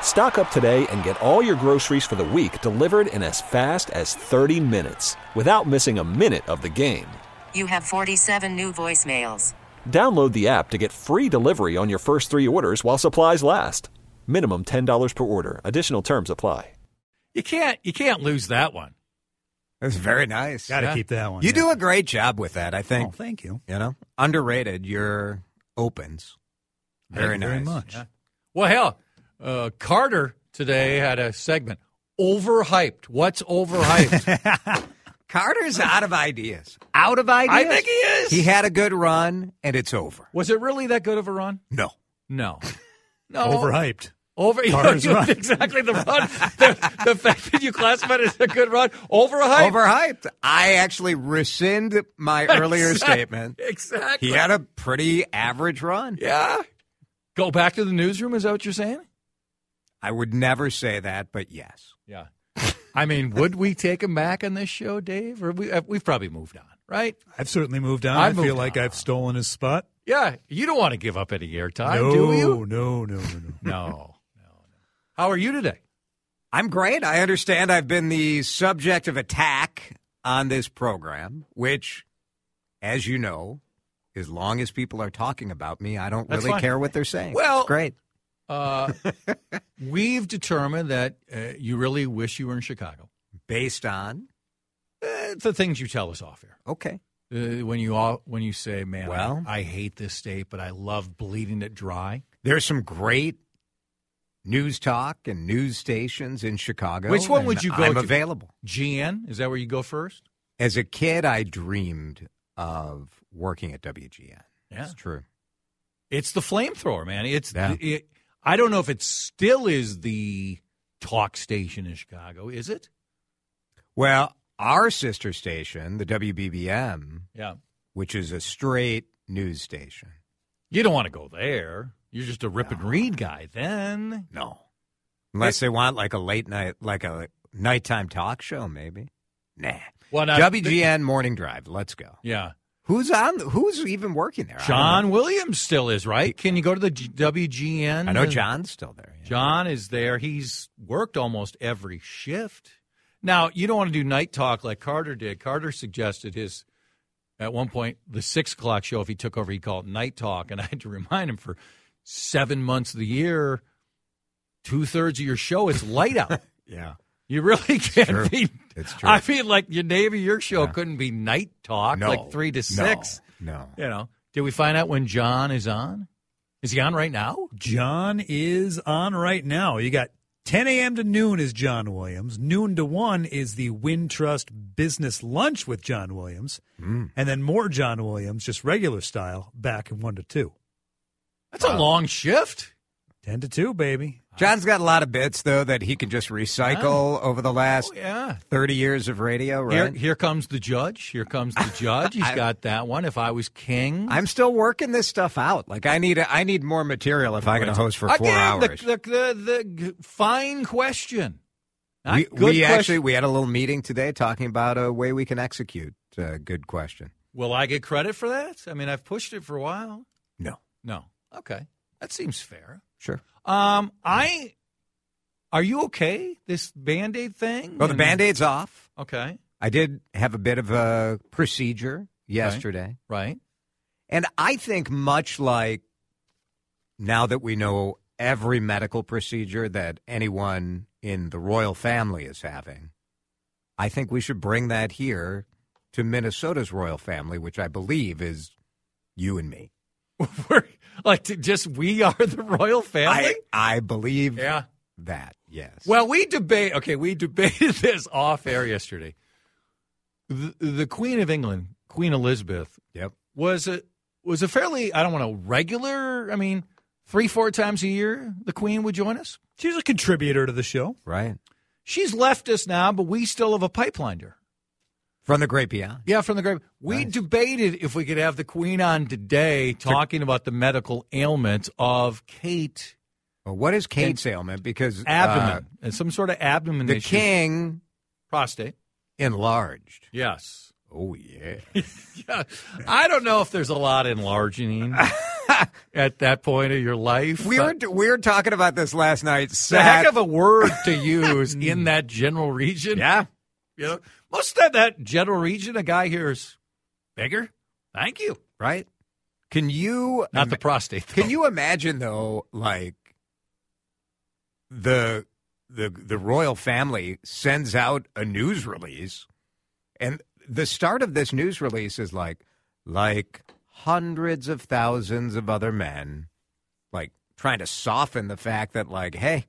Stock up today and get all your groceries for the week delivered in as fast as 30 minutes without missing a minute of the game. You have 47 new voicemails. Download the app to get free delivery on your first three orders while supplies last. Minimum $10 per order. Additional terms apply. You can't you can't lose that one. That's very nice. Gotta Yeah. keep that one, You yeah. Oh, do a great job with that. I think. thank you. You know, underrated. Your opens. Very nice. Yeah. Well, hell, uh, Carter today had a segment overhyped. What's overhyped? Carter's out of ideas. Out of ideas. I think he is. He had a good run, and it's over. Was it really that good of a run? No. No. No. Overhyped. Over Carter's you- run. exactly the run. the, the fact that you classify it as a good run, overhyped. Overhyped. I actually rescind my earlier statement. Exactly. He had a pretty average run. yeah. Go back to the newsroom. Is that what you're saying? I would never say that, but yes. Yeah. I mean, would we take him back on this show, Dave? Or we, uh, we've probably moved on, right? I've certainly moved on. I've I feel moved like on. I've stolen his spot. Yeah. You don't want to give up any airtime, no, do you? no, no, no, no. No, no, no. How are you today? I'm great. I understand I've been the subject of attack on this program, which, as you know, as long as people are talking about me, I don't That's really fine. care what they're saying. Well- it's great. Uh, we've determined that uh, you really wish you were in Chicago. Based on, Uh, the things you tell us off here. okay. Uh, when you all, when you say, "Man, Well- I, I hate this state, but I love bleeding it dry," There's some great news talk and news stations in Chicago. Which one and would you go I'm to? available. GN is that where you go first? As a kid, I dreamed of working at WGN. Yeah. It's true. It's the flamethrower, man. It's Yeah. it, I don't know if it still is the talk station in Chicago. Is it? Well, our sister station, the WBBM, Yeah. which is a straight news station. You don't want to go there. You're just a rip and read guy. Then No. Unless they want like a late night, like a nighttime talk show, maybe. Nah. well, now- WGN Morning Drive. Let's go. Yeah. Who's on? Who's even working there? I don't John know. Williams still is right. Can you go to the G- WGN? I know John's still there. yeah. John is there. He's worked almost every shift. Now you don't want to do night talk like Carter did. Carter suggested his at one point the six o'clock show. If he took over, he called it night talk, and I had to remind him for seven months of the year, two thirds of your show it's light out. Yeah. You really can't true. be. It's true. I mean, like your name of your show couldn't be night talk, No. like three to six. No. You know, did we find out when John is on? Is he on right now? John is on right now. You got 10 a.m. to noon is John Williams. Noon to 1 is the Wintrust Business Lunch with John Williams. And then more John Williams, just regular style, back in 1 to 2. That's a long shift. 10 to 2, baby. John's got a lot of bits though that he can just recycle over the last Oh, yeah. thirty years of radio. Here, Right. here comes the judge. Here comes the judge. He's got that one. If I was king, I'm still working this stuff out. Like I need, a, I need more material if I'm going to host for four Again, hours. The, the, the, the g- fine question. Not we good we question. actually we had a little meeting today talking about a way we can execute. Uh, good question. Will I get credit for that? I mean, I've pushed it for a while. No. No. Okay. That seems fair. Sure. Um, I. Are you okay? This band aid thing? Well, Oh, the And- band aid's off. Okay. I did have a bit of a procedure yesterday. Right. And I think, much like now that we know every medical procedure that anyone in the royal family is having, I think we should bring that here to Minnesota's royal family, which I believe is you and me. We're- like to just we are the royal family. I, I believe yeah. that, yes. Well, we debate. Okay, we debated this off air yesterday. The, the Queen of England, Queen Elizabeth, yep. was a was a fairly I don't want to regular. I mean, three four times a year, the Queen would join us. She's a contributor to the show. Right. She's left us now, but we still have a pipeline to her. From the Great Beyond. Yeah, from the grave. We debated if we could have the Queen on today talking about the medical ailments of Kate Well, what is Kate's ailment? Because uh, abdomen and some sort of abdomen the issue. king prostate. enlarged. Yes. Oh, yeah. Yeah. I don't know if there's a lot enlarging at that point of your life. we, were, we were talking about this last night. It's a heck of a word to use in that general region. Yeah. You know, most of that general region, a guy hears bigger. Thank you. Right? Can you Not the prostate. Can though. you imagine though, like the the the royal family sends out a news release, and the start of this news release is like like hundreds of thousands of other men, like trying to soften the fact that like, hey.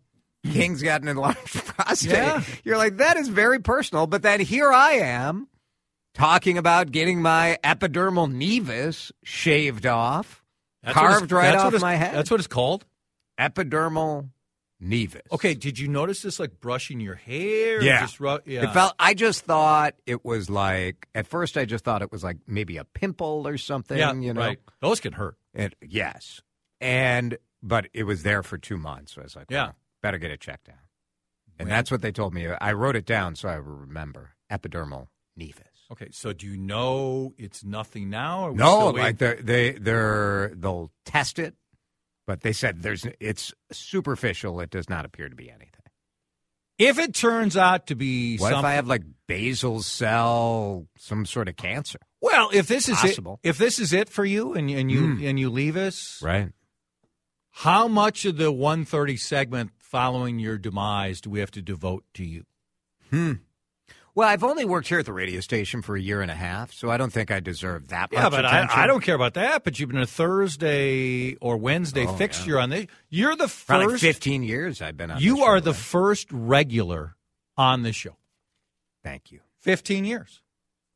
King's got an enlarged prostate. Yeah. You're like, that is very personal. But then here I am talking about getting my epidermal nevus shaved off, That's what it's- carved right that's what off it's- my head. That's what it's called. epidermal nevus. Okay, did you notice this like brushing your hair? Yeah. Just ru- yeah. It felt. I just thought it was like. At first, I just thought it was like maybe a pimple or something. yeah, you know. right. Those can hurt. And yes, and but it was there for two months. So I was like, Yeah. well, better get it checked out. And that's what they told me. I wrote it down so I remember epidermal nevus. Okay, so do you know it's nothing now? Or are we No, still waiting? like they're, they they're they'll test it, but they said there's it's superficial. It does not appear to be anything. if it turns out to be What something. if I have like basal cell, some sort of cancer? well, if this is Possible. it, if this is it for you, and and you and you leave us, Right. how much of the one thirty segment following your demise do we have to devote to you? Hmm. Well, I've only worked here at the radio station for a year and a half, so I don't think I deserve that much Yeah, but I, attention. I don't care about that. But you've been a Thursday or Wednesday Oh, fixture on this. You're the Probably first. 15 years I've been on. you this are show, the right? first regular on this show. Thank you. Fifteen years.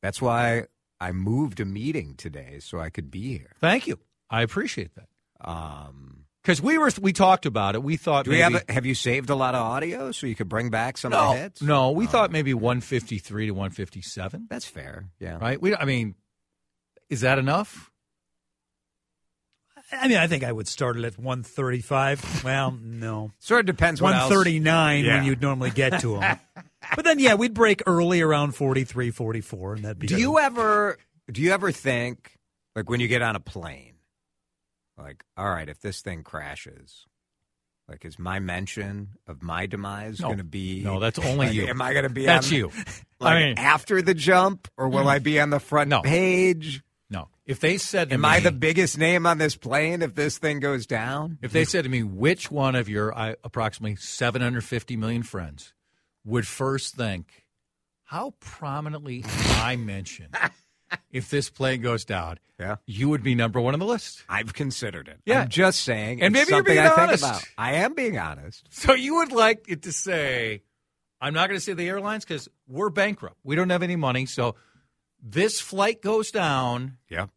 That's why I moved a meeting today so I could be here. Thank you. I appreciate that Um, because we were we talked about it. We thought do we maybe, have? A, have you saved a lot of audio so you could bring back some no, of the hits? no. We Oh, thought maybe one fifty three to one fifty seven. that's fair. Yeah. Right? We I mean, is that enough? I mean, I think I would start it at 135. Well, no. Sort of depends. what else- 139 Yeah. when you'd normally get to them. but then, yeah, we'd break early around 43, 44, and that'd be Do you ever do you ever think like when you get on a plane, like, all right, if this thing crashes, like is my mention of my demise No. gonna be No, that's only like, you. Am I gonna be That's on, you. Like, I mean, after the jump, or will I be on the front No. page? no. If they said to Am me, I the biggest name on this plane if this thing goes down? if they said to me which one of your I, approximately 750 million friends would first think how prominently am I mentioned if this plane goes down, Yeah. you would be number 1 on the list. I've considered it. Yeah. I'm just saying. And it's maybe you're something being I think honest. about. I am being honest. So you would like it to say, I'm not going to say the airlines because we're bankrupt. We don't have any money. So this flight goes down, Yeah.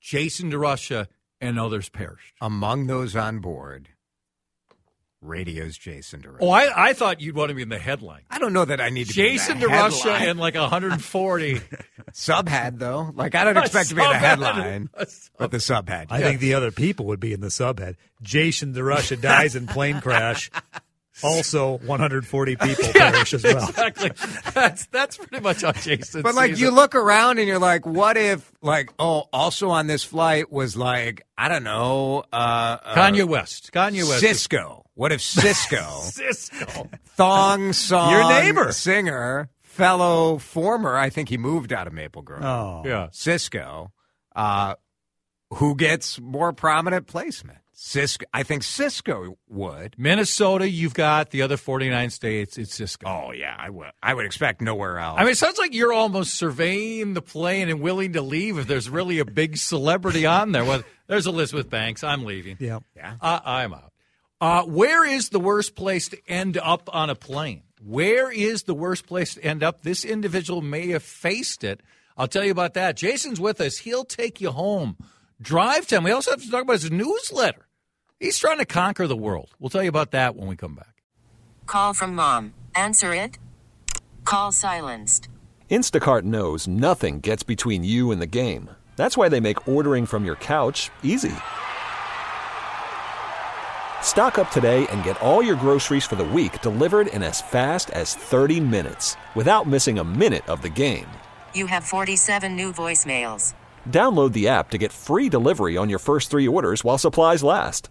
Jason to Russia and others perished. Among those on board, radio's Jason DeRosa. Oh, I, I thought you'd want to be in the headline. I don't know that I need to Jason be to in the Russia headline. and like 140. sub had though. Like I don't expect to be in the headline, but the sub had. I think the other people would be in the subhead. Jason DeRusha dies in plane crash. Also, 140 people perish as well. Exactly. That's that's pretty much how Jason. But like sees you it. look around and you're like, what if like oh also on this flight was like I don't know uh, uh Kanye West. Kanye West. Cisco. What if Cisco Cisco. thong song Your neighbor. singer fellow former I think he moved out of Maple Grove Oh. Yeah. Cisco uh who gets more prominent placement Cisco. I think Cisco would. Minnesota, you've got the other 49 states. It's Cisco. Oh yeah, I would. I would expect nowhere else. I mean, it sounds like you're almost surveying the plane and willing to leave if there's really a big celebrity on there. Well, there's Elizabeth Banks. I'm leaving. Yeah. yeah. Uh, I'm out. Uh, where is the worst place to end up on a plane? Where is the worst place to end up? This individual may have faced it. I'll tell you about that. Jason's with us. He'll take you home. Drive time. We also have to talk about his newsletter. He's trying to conquer the world. We'll tell you about that when we come back. Call from mom. Answer it. Call silenced. Instacart knows nothing gets between you and the game. That's why they make ordering from your couch easy. Stock up today and get all your groceries for the week delivered in as fast as 30 minutes without missing a minute of the game. You have 47 new voicemails. Download the app to get free delivery on your first three orders while supplies last.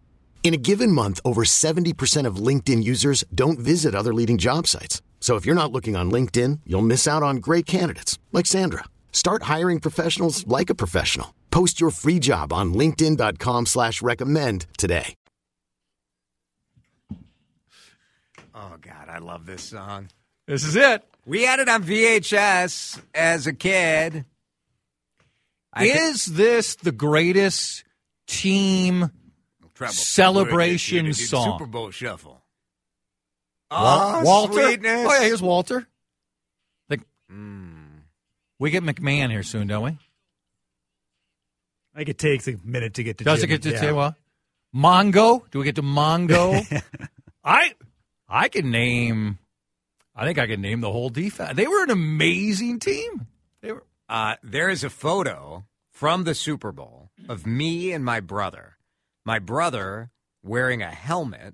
In a given month, over 70% of LinkedIn users don't visit other leading job sites. So if you're not looking on LinkedIn, you'll miss out on great candidates like Sandra. Start hiring professionals like a professional. Post your free job on linkedin.com/recommend slash recommend today. oh God, I love this song. This is it. We had it on VHS as a kid. I thi- is this the greatest team? Treble. celebration Did- did song. Super Bowl Shuffle. Wal- Oh, Walter. sweetness. Oh yeah, here's Walter. The- We get McMahon here soon, don't we? I think it takes a minute to get to. Does Jimmy. it get to yeah. Tewa? Mongo? Do we get to Mongo? I I can name. I think I can name the whole defense. They were an amazing team. They were. Uh, there is a photo from the Super Bowl of me and my brother. My brother wearing a helmet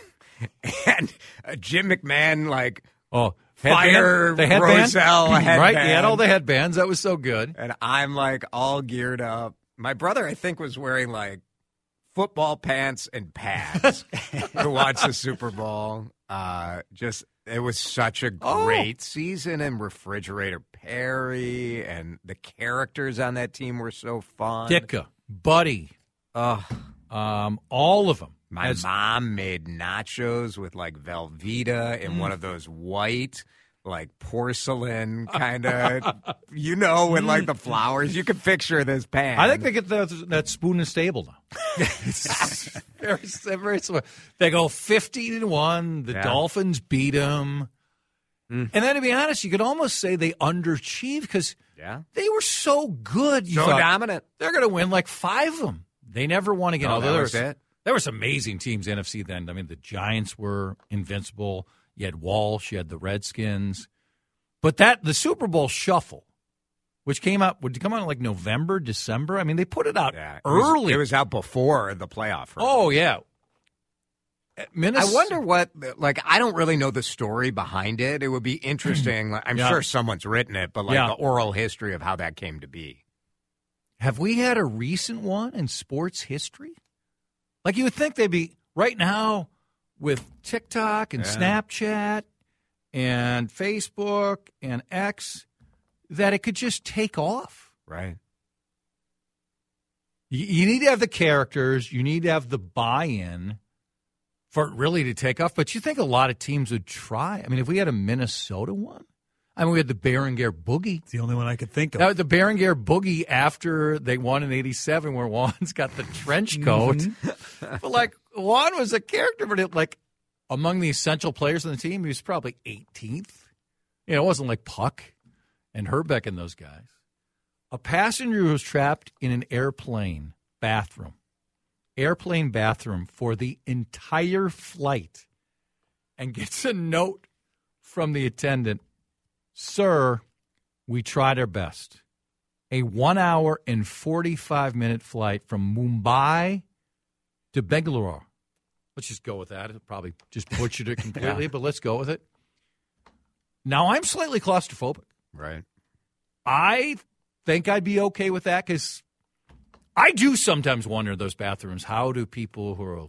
and a Jim McMahon like, Oh, Fire headband. the headband. Roselle Right, he had headband. all the headbands. That was so good. and I'm like all geared up. My brother, I think, was wearing like football pants and pads to watch the Super Bowl. Uh, just it was such a Oh. great season, and refrigerator Perry and the characters on that team were so fun. Ditka, Buddy, Ugh. um, all of them. My mom made nachos with like Velveeta in Mm. one of those white, like porcelain kind of, you know, with like the flowers. You can picture this pan. I think they get that, that spoon and stable now. It's very, very similar. They go 15 and 1. The Yeah. Mm. Dolphins beat them. And then, to be honest, you could almost say they underachieved because yeah, they were so good. You so thought, dominant. They're going to win like five of them. They never won again. No, Although that there was it. There were some amazing teams NFC then. I mean, the Giants were invincible. You had Walsh. You had the Redskins. But that the Super Bowl Shuffle, which came out would come out in like November, December. I mean, they put it out Yeah, it was- early. It was out before the playoff. round. oh yeah. I Minnesota. wonder what. Like, I don't really know the story behind it. It would be interesting. like, I'm Yeah. sure someone's written it, but like Yeah. the oral history of how that came to be. Have we had a recent one in sports history? Like you would think they'd be right now with TikTok and Yeah. Snapchat and Facebook and X that it could just take off. Right. You, you need to have the characters, you need to have the buy-in for it really to take off. But you think a lot of teams would try? I mean, if we had a Minnesota one, I mean, we had the Berenguer Boogie. It's the only one I could think of. Now, the Berenguer Boogie after they won in '87, where Juan's got the trench coat. Mm-hmm. but like Juan was a character, but it, like among the essential players on the team, he was probably 18th. You know, it wasn't like Puck. and Herbeck and those guys. A passenger was trapped in an airplane bathroom, airplane bathroom for the entire flight, and gets a note from the attendant Sir, we tried our best. A one hour and 45 minute flight from Mumbai to Bengaluru. Let's just go with that. It probably just butchered it completely, but let's go with it. Now, I'm slightly claustrophobic. Right. I think I'd be okay with that because I do sometimes wonder in those bathrooms how do people who are a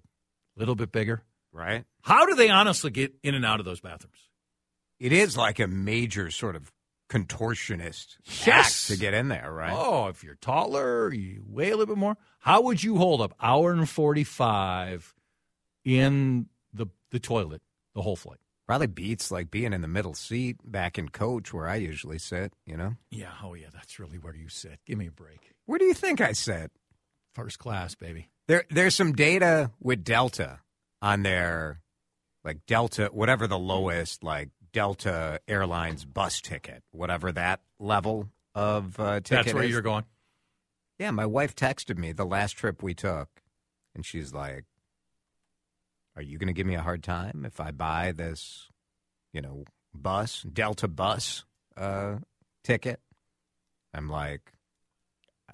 little bit bigger, Right. how do they honestly get in and out of those bathrooms? It is like a major sort of contortionist Yes. act to get in there, right? Oh, if you're taller, you weigh a little bit more. How would you hold up hour and forty five in the the toilet the whole flight? Probably beats like being in the middle seat back in coach where I usually sit, you know? Yeah, oh yeah, that's really where you sit. Give me a break. Where do you think I sit? First class, baby. There there's some data with Delta on their like Delta whatever the lowest like Delta Airlines bus ticket, whatever that level of uh, ticket that's where is. you're going. Yeah, my wife texted me the last trip we took, and she's like, "Are you going to give me a hard time if I buy this, you know, bus Delta bus uh, ticket?" I'm like, "I-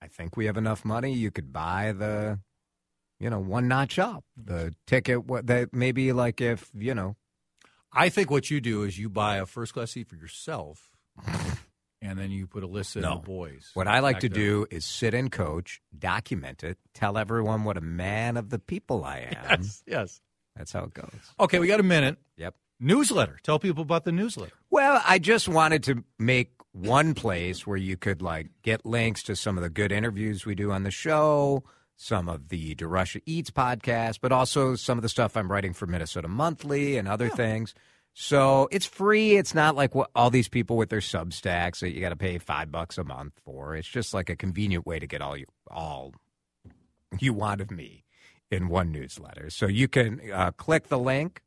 "I think we have enough money. You could buy the, you know, one notch up the ticket. What that maybe like if you know, I think what you do is you buy a first class seat for yourself, and then you put Alyssa No. and the boys. What I like back to there. do is sit in coach, document it, tell everyone what a man of the people I am. Yes, Oh, yes. That's how it goes. Okay, we got a minute. Yep. Newsletter. Tell people about the newsletter. Well, I just wanted to make one place where you could like get links to some of the good interviews we do on the show, some of the De Russia Eats podcast, but also some of the stuff I'm writing for Minnesota Monthly and other things. So it's free. It's not like what all these people with their Substacks that you got to pay five bucks a month for. It's just like a convenient way to get all you all you want of me in one newsletter. So you can uh, click the link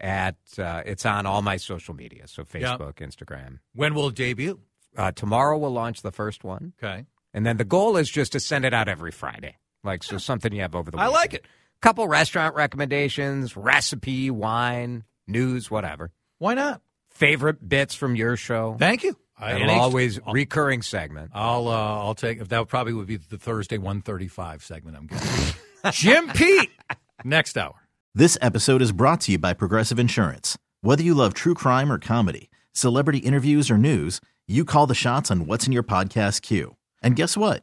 at uh, it's on all my social media, so Yeah. Facebook, Instagram. When will it debut? Uh, tomorrow we'll launch the first one, Okay. and then the goal is just to send it out every Friday, like so something you have over the. I Weekend. like it. Couple restaurant recommendations, recipe, wine, news, whatever. Why not? Favorite bits from your show. Thank you. It'll always recurring segment. I'll uh, I'll take that. Probably would be the Thursday one thirty five segment. I'm getting Jim Pete next hour. This episode is brought to you by Progressive Insurance. Whether you love true crime or comedy, celebrity interviews or news, you call the shots on what's in your podcast queue. And guess what?